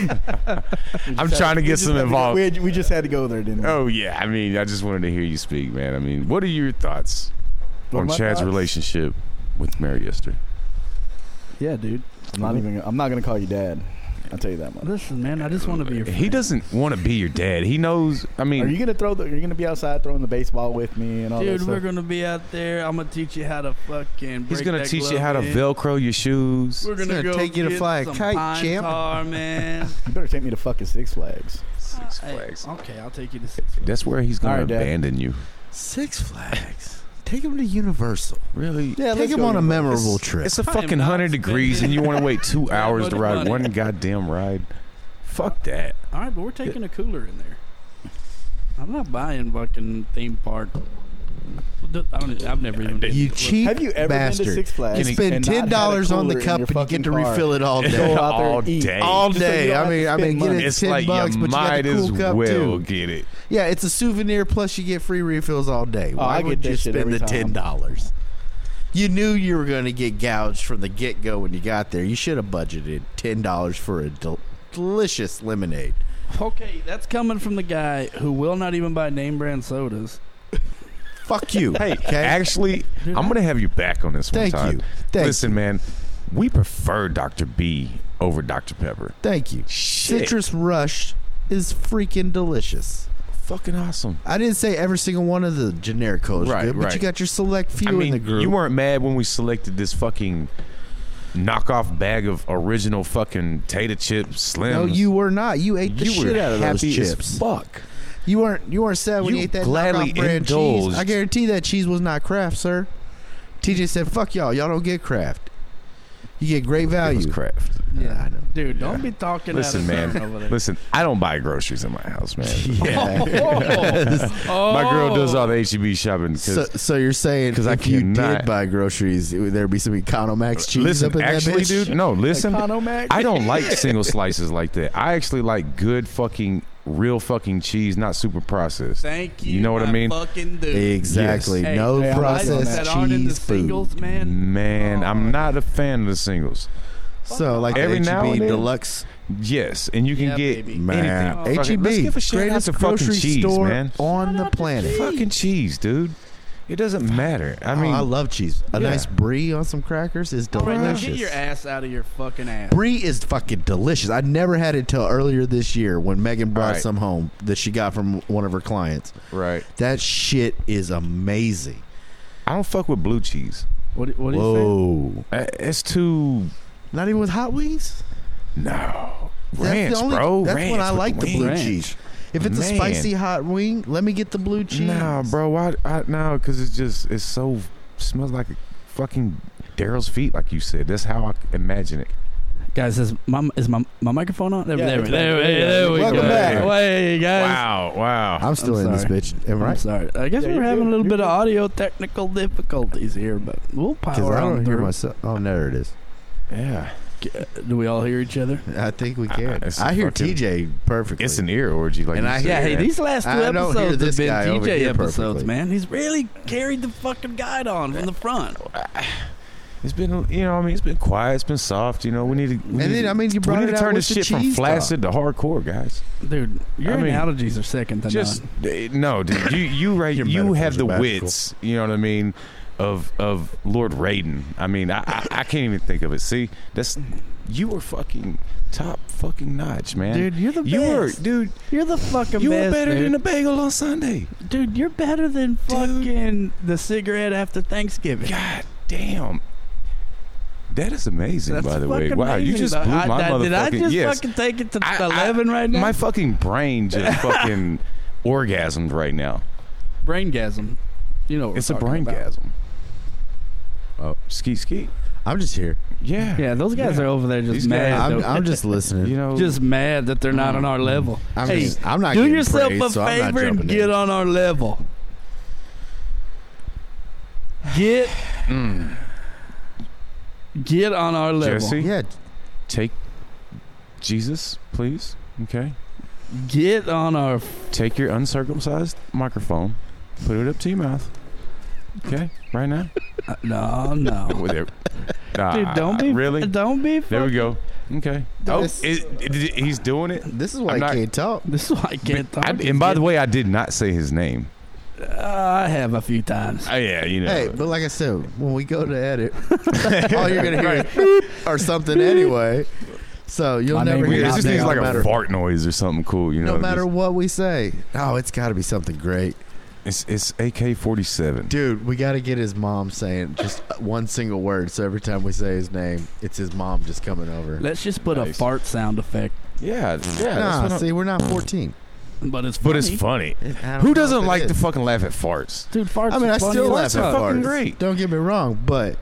S2: I'm trying to
S4: We
S2: get
S4: just
S2: some
S4: had to go-
S2: involved.
S4: we, had- we just had to go there, didn't we?
S2: Oh yeah, I mean, I just wanted to hear you speak, man. I mean, what are your thoughts
S4: What are
S2: on
S4: my
S2: Chad's
S4: thoughts?
S2: relationship with Mary Esther?
S4: Yeah, dude. I'm not even. I'm not gonna call you dad. I'll tell you that much.
S1: Listen, man, I just want to be your friend.
S2: He doesn't want to be your dad. He knows. I mean,
S4: Are you gonna throw the? Are you gonna be outside throwing the baseball with me and all
S1: Dude,
S4: that
S1: we're
S4: stuff?
S1: gonna be out there. I'm gonna teach you how to fucking.
S2: he's
S1: break
S2: gonna
S1: that
S2: teach you
S1: glove
S2: how to
S1: in.
S2: Velcro your shoes.
S1: We're gonna,
S3: gonna
S1: go
S3: take you to
S1: get
S3: fly a
S1: some
S3: kite,
S1: pine
S3: champ.
S1: Tar, man.
S4: you better take me to fucking Six Flags.
S2: Six
S1: Hey,
S2: Flags.
S1: okay, I'll take you to Six Flags.
S2: That's where he's gonna
S4: All right, Dad.
S2: abandon you.
S3: Six Flags. Take him to Universal.
S2: Really?
S4: Yeah,
S3: Take him on a memorable trip.
S2: It's a
S1: I am
S2: fucking
S1: not
S2: hundred
S1: spending
S2: degrees, and you want to wait two
S1: that
S2: hours to
S1: much
S2: ride
S1: money.
S2: one goddamn ride. Fuck that.
S1: All right, but we're taking a cooler in there. I'm not buying fucking theme park. I don't, I've never even. been-
S3: You
S1: Look,
S3: cheap
S4: Have you ever
S3: bastard.
S4: been to Six Flags?
S3: You spend
S4: and not had
S3: ten
S4: a
S3: dollars on the
S4: cooler in
S3: cup and
S4: your
S3: you get
S4: fucking
S3: to
S4: car?
S3: refill it all
S4: Go
S3: day.
S4: out there and
S2: All
S4: eat.
S2: day.
S3: all
S4: Just so you
S3: day.
S4: don't have
S3: I mean,
S4: to
S3: I mean,
S4: spend
S3: get
S4: money.
S3: it
S2: It's
S3: ten
S2: like
S3: bucks,
S2: you
S3: but you got
S2: might
S3: the cool
S2: as
S3: cup
S2: well
S3: too.
S2: get it.
S3: Yeah, it's a souvenir. Plus, you get free refills all day.
S2: Oh,
S4: I
S3: Why
S4: get
S3: would
S4: that
S3: you
S4: shit
S3: spend
S4: every
S3: the ten
S4: time.
S3: dollars? You knew you were going to get gouged from the get go when you got there. You should have budgeted ten dollars for a del- delicious lemonade.
S1: Okay, that's coming from the guy who will not even buy name brand sodas.
S2: Fuck you. Hey,
S3: Okay.
S2: actually, I'm gonna have you back on this one
S3: Thank
S2: time.
S3: you. Thank
S2: Listen, man, we prefer Dr. B over Dr. Pepper.
S3: Thank you.
S2: Shit.
S3: Citrus Rush is freaking delicious.
S2: Fucking awesome.
S3: I didn't say every single one of the generic colors
S2: Right,
S3: good, but you
S2: right.
S3: got your select few
S2: I mean,
S3: in the group.
S2: you weren't mad when we selected this fucking knockoff bag of original fucking tater chip slims.
S3: no, you were not. You ate the
S2: You
S3: shit
S2: were
S3: out of those
S2: happy as
S3: chips.
S2: fuck.
S3: You weren't. You weren't sad when you,
S2: You
S3: ate that
S2: gladly
S3: knockoff brand cheese.
S2: indulged.
S3: I guarantee that cheese was not Kraft, sir. TJ said, "Fuck y'all. Y'all don't get Kraft. You get great
S2: It
S3: value."
S2: was Kraft.
S3: Yeah, I know.
S1: Dude, don't be talking
S2: Listen,
S1: out of
S2: man.
S1: turn over there.
S2: Listen, I don't buy groceries in my house, man.
S1: Oh.
S2: My girl does all the HEB shopping. 'cause-
S3: So, so you're saying
S2: 'cause I
S3: if you did
S2: cannot-
S3: buy groceries, it would there be some Economax cheese
S2: listen,
S3: up in
S2: actually,
S3: that bitch?
S2: dude, no, listen.
S4: Economax?
S2: I don't like single slices like that. I actually like good fucking real fucking cheese, not super processed.
S1: Thank you.
S2: You know what I mean?
S1: Fucking dude.
S3: Exactly.
S1: Hey,
S3: no
S4: hey, I'm not doing
S3: processed
S1: that aren't in the
S3: cheese food.
S1: singles, man.
S2: Man,
S3: Oh,
S2: I'm not a fan of the singles.
S3: So like
S2: Every
S3: the
S2: now
S3: HEB
S2: and then-
S3: deluxe
S2: Yes, and you can
S1: Yeah,
S2: get
S1: baby.
S2: anything.
S3: man.
S1: Oh,
S2: Fucking-
S3: HEB,
S2: let's give a shout out
S3: greatest
S2: to fucking
S3: grocery
S2: cheese,
S3: store
S2: man.
S3: on the
S1: out to
S3: planet.
S1: cheese.
S2: Fucking cheese, dude. It doesn't matter. I mean,
S3: oh, I love cheese. A
S2: Yeah.
S3: nice brie on some crackers is
S1: All right, now get
S3: delicious.
S1: your ass out of your fucking ass.
S3: Brie is fucking delicious. I never had it till earlier this year when Megan brought
S2: Right.
S3: some home that she got from one of her clients.
S2: right.
S3: That shit is amazing.
S2: I don't fuck with blue cheese.
S1: What, what do you say?
S3: Whoa!
S2: Uh, It's too
S3: Not even with hot wings.
S2: no
S3: That's
S2: ranch,
S3: the only.
S2: bro.
S3: that's
S2: ranch
S3: when I
S2: with
S3: like the,
S2: wings.
S3: blue
S1: Ranch.
S3: cheese. If it's a
S2: Man.
S3: spicy hot wing, let me get the blue cheese.
S2: Nah, bro. Why? I, no, because it's just it's so smells like a fucking Daryl's feet, like you said. That's how I imagine it.
S1: Guys, is my, is my, my microphone on? There,
S4: Yeah,
S1: there,
S4: it's
S1: there,
S4: on.
S1: there, there we
S4: Welcome
S1: go.
S2: back.
S1: Hey, guys.
S2: Wow, wow.
S3: I'm still
S1: I'm
S3: in this
S1: sorry.
S3: bitch. Am I
S1: I'm
S3: right?
S1: sorry. I guess
S4: Yeah,
S1: we're
S4: you're
S1: having
S4: good.
S1: a little
S4: You're
S1: bit of
S4: good.
S1: audio technical difficulties here, but we'll
S3: Because
S1: power
S3: I
S1: on
S3: don't hear
S1: through.
S3: myself. Oh, there it is.
S2: Yeah,
S1: Do we all hear each other?
S3: I think we
S2: I-
S3: can.
S2: it's
S3: I hear
S2: fucking-
S3: TJ perfectly.
S2: it's an ear orgy, like
S3: And
S2: you
S3: I
S2: said.
S1: Yeah, hey, these last two
S3: I don't
S1: episodes
S3: hear
S1: have been
S3: this guy over
S1: DJ
S3: here
S1: episodes,
S3: perfectly.
S1: man. He's really carried the fucking guide on from the front.
S2: It's been, you know, I mean, it's been quiet. It's been soft. You know, we need to. We
S3: And
S2: need
S3: then
S2: to-
S3: I mean, you
S2: we
S3: brought
S2: need
S3: it
S2: to
S3: out
S2: turn this
S3: with the
S2: shit from
S3: cheese
S2: flaccid to hardcore, guys.
S1: Dude, your
S2: I mean,
S1: allergies are second to
S2: Just
S1: none.
S2: eh, no, dude. You you right.
S3: Your
S2: you
S3: metaphors
S2: have
S3: are
S2: the
S3: magical.
S2: wits. You know what I mean? Of of Lord Raiden. I mean, I, I I can't even think of it. See, that's you were fucking top fucking notch, man.
S1: Dude, you're the
S2: you were,
S1: best.
S2: dude.
S1: You're the fucking
S2: You
S1: best.
S2: were better
S1: dude.
S2: than a bagel on Sunday.
S1: Dude, you're better than fucking the cigarette after Thanksgiving.
S2: God damn. That is amazing,
S1: That's
S2: by the way.
S1: fucking
S2: Wow,
S1: amazing,
S2: you just
S1: dog.
S2: blew my
S1: I, I-
S2: motherfucking
S1: Did I just
S2: yes.
S1: fucking take it to
S2: I- I-
S1: 11 right now?
S2: My fucking brain just fucking orgasmed right now.
S1: braingasm. You know what
S2: it's
S1: we're
S2: a
S1: talking
S2: brain
S1: about.
S2: gasm. Oh, ski ski.
S3: I'm just here.
S2: Yeah.
S1: Yeah, those guys
S2: Yeah.
S1: are over there just
S2: These
S1: mad.
S2: guys-
S1: though.
S3: I'm, I'm just listening.
S2: You know,
S1: just mad that they're
S2: Mm,
S1: not on our level.
S3: I'm,
S1: hey,
S3: just, I'm not
S1: do
S3: getting
S1: yourself
S3: praised,
S1: a
S3: so I'm not
S1: favor and
S3: jumping
S1: get
S3: in.
S1: on our level. Get get on our level.
S2: Mm. Jesse?
S3: Yeah,
S2: take Jesus, please. Okay.
S1: Get on our
S2: Take your uncircumcised microphone, put it up to your mouth. Okay, right now.
S1: uh, no no.
S2: With it. Nah,
S1: Dude, don't be
S2: really.
S1: Don't be.
S2: There we go. Okay. Oh,
S3: This-
S2: it, it- he's doing it.
S3: this is why
S2: I'm
S3: I
S2: not-
S3: can't talk.
S1: This is why I can't talk.
S2: I, and by the way, I did not say his name.
S1: I have a few times.
S2: Oh, yeah, you know.
S3: Hey, but like I said, when we go to edit, all you're gonna hear is beep or something anyway. So you'll
S4: My name
S3: never
S2: We-
S3: hear.
S2: it
S4: I'll
S2: just
S3: anything,
S2: needs
S4: be-
S2: like
S3: no
S2: a
S3: matter,
S2: fart noise or something cool, you know.
S3: no matter
S2: just-
S3: what we say. Oh, it's got to be something great,
S2: it's it's AK forty seven.
S3: dude. We got to get his mom saying just one single word. So every time we say his name, it's his mom just coming over.
S1: Let's just put a
S2: Nice.
S1: fart sound effect,
S2: Yeah, yeah. that's what
S3: Nah,
S2: I'm-
S3: see, we're not 14.
S1: but it's funny.
S2: but it's funny.
S3: I don't know
S2: Who
S3: if
S2: doesn't
S3: it
S2: like
S3: is.
S2: to fucking laugh at farts?
S1: Dude, farts.
S3: I mean,
S1: are
S3: I
S1: funny
S3: still
S1: as
S3: laugh
S1: fuck.
S3: at
S2: fucking
S3: farts.
S2: great.
S3: Don't get me wrong, but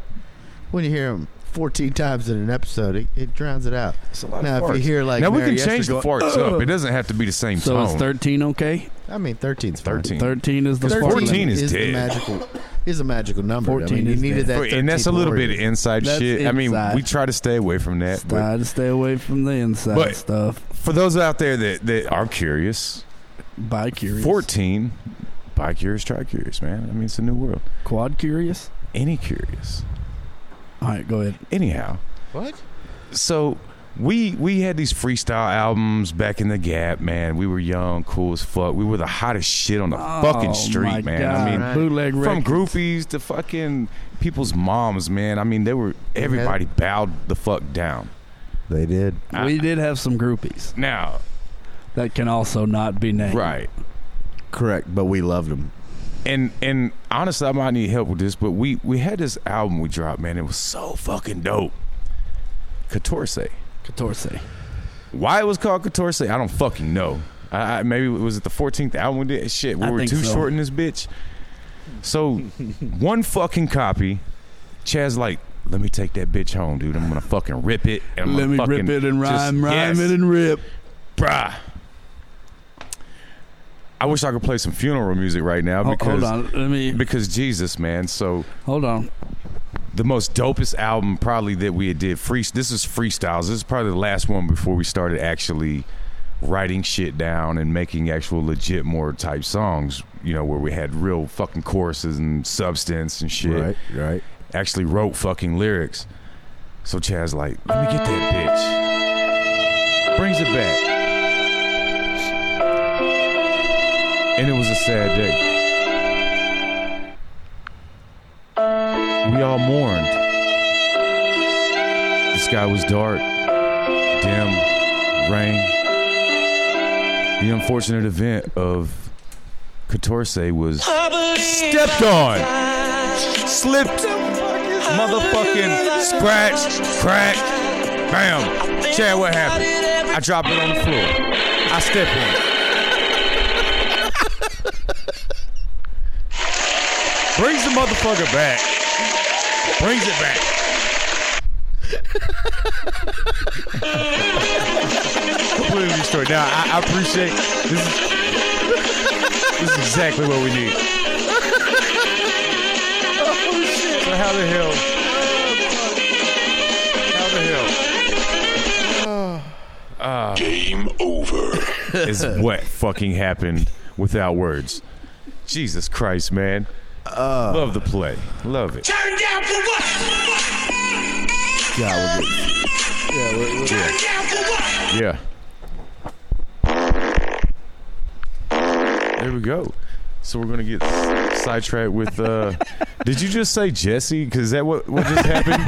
S3: when you hear them 14 times in an episode, it, it drowns it out.
S2: It's a lot
S3: Now,
S2: of farts.
S3: if you hear like
S2: now we
S3: Mary
S2: can
S3: Esther
S2: change the
S3: going-
S2: farts up. It doesn't have to be the same
S1: So
S2: tone.
S1: is thirteen okay?
S3: I mean, 13's fine.
S2: 13.
S1: Thirteen is the
S3: 13
S1: fart
S2: 14
S1: limit.
S2: is
S3: the
S2: dead.
S3: magical is a magical number.
S1: 14
S3: I mean,
S1: is
S3: you needed
S1: dead.
S3: that,
S2: and that's a
S3: 13th
S2: little bit
S3: warrior.
S2: inside
S1: That's
S2: shit. I mean,
S1: inside.
S2: we try to stay away from that. But
S1: Try to stay away from the inside
S2: But-
S1: stuff.
S2: for those out there that, that are curious,
S1: Bi curious,
S2: fourteen, bi curious, tri curious, man. I mean, it's a new world.
S1: quad curious.
S2: Any curious,
S1: All right, go ahead.
S2: anyhow.
S3: What?
S2: So we we had these freestyle albums back in the gap, man. We were young, cool as fuck. We were the hottest shit on the
S1: Oh
S2: fucking street, man. I mean,
S3: Right.
S1: bootleg
S2: from
S1: records.
S2: groupies to fucking people's moms, man. I mean, they were everybody bowed the fuck down.
S3: They did.
S1: we did have some groupies
S2: Now,
S1: that can also not be named.
S2: right.
S3: Correct, but we loved them.
S2: And and honestly, I might need help with this, but we we had this album we dropped, man. It was so fucking dope. Catorce.
S1: Catorce.
S2: Why it was called Catorce, I don't fucking know. I, I, maybe was it the 14th album we did? Shit, we
S1: I
S2: were
S1: think
S2: too
S1: so.
S2: short in this bitch. So, one fucking copy. Chaz like, let me take that bitch home, dude. I'm gonna fucking rip it. And I'm
S1: Let
S2: gonna
S1: me
S2: fucking
S1: rip it and
S2: just-
S1: rhyme, rhyme
S2: yes, Uh,
S1: it and rip.
S2: bruh. I wish I could play some funeral music right now
S1: Oh, Hold,
S2: because
S1: hold on, let me
S2: because Jesus, man. So
S1: hold on.
S2: the most dopest album probably that we had did free this is freestyles this is probably the last one before we started actually writing shit down and making actual legit more type songs you know where we had real fucking choruses and substance and shit
S3: Right, right.
S2: actually wrote fucking lyrics so chad's like let me get that bitch brings it back and it was a sad day we all mourned the sky was dark, dim, rain. The unfortunate event of Catorce was stepped on, slipped, motherfucking scratched, cracked, bam. Chad, what happened? I dropped it on the floor. I stepped on it. Brings the motherfucker back. Brings it back. completely destroyed. Now I, I appreciate this is this is exactly what we need. So how the hell? How the hell?
S5: Game over.
S2: Is what fucking happened without words? Jesus Christ, man.
S1: Uh.
S2: Love the play. Love it.
S5: Turn down for what?
S3: God, we're good.
S5: Turn down for what?
S2: Yeah. There we go. So we're gonna get s- sidetracked with. uh Did you just say Jesse? Because that what what just happened?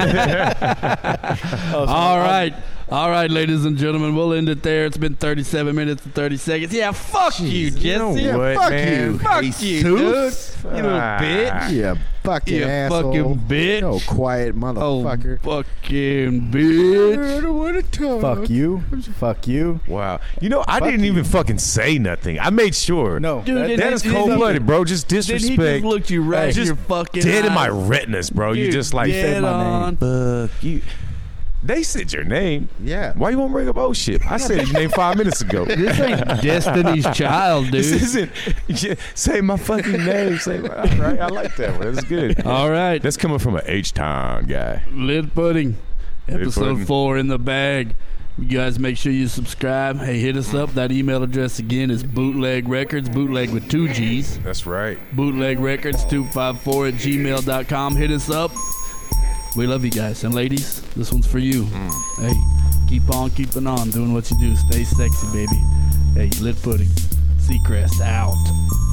S1: All right. All right, ladies and gentlemen, we'll end it there. It's been 37 minutes and 30 seconds. Yeah, fuck you, Jesse.
S2: know what,
S1: fuck
S2: man?
S1: you. Fuck you, dude. You little
S2: Ah.
S1: bitch.
S3: Yeah, fucking
S1: You
S3: asshole.
S1: fucking bitch.
S3: No quiet
S1: Oh,
S3: motherfucker.
S1: fucking bitch.
S3: don't want to talk.
S4: Fuck you. Fuck you.
S2: Wow. You know, I didn't even fucking say nothing. I made sure.
S4: No.
S1: Dude,
S4: that-
S1: it-
S2: That
S1: Did
S2: is
S1: he-
S2: cold blooded, bro. Just
S1: Did
S2: disrespect.
S1: he just looked you right in
S2: Just
S1: your fucking
S2: dead in my
S1: eyes?
S2: retinas, bro. you
S1: Dude,
S2: just like
S1: dead
S4: said my
S1: on.
S4: name.
S2: fuck you. They said your name.
S3: Yeah.
S2: Why you won't bring up old shit? I said your name five minutes ago.
S1: This ain't Destiny's Child, dude.
S2: This isn't yeah, say my fucking name. Say my, all right. I like that one. That's good.
S1: All right.
S2: That's coming from an H town guy.
S1: Lid Pudding,
S2: Lid
S1: episode
S2: Pudding.
S1: four in the bag. You guys make sure you subscribe. Hey, hit us up. That email address again is bootleg records, bootleg with two G's,
S2: That's right.
S1: bootleg records 254 at gmail.com. Hit us up. We love you guys. And ladies, this one's for you.
S2: Mm.
S1: Hey, keep on keeping on doing what you do. Stay sexy, baby. Hey, Lid Pudding, Seacrest out.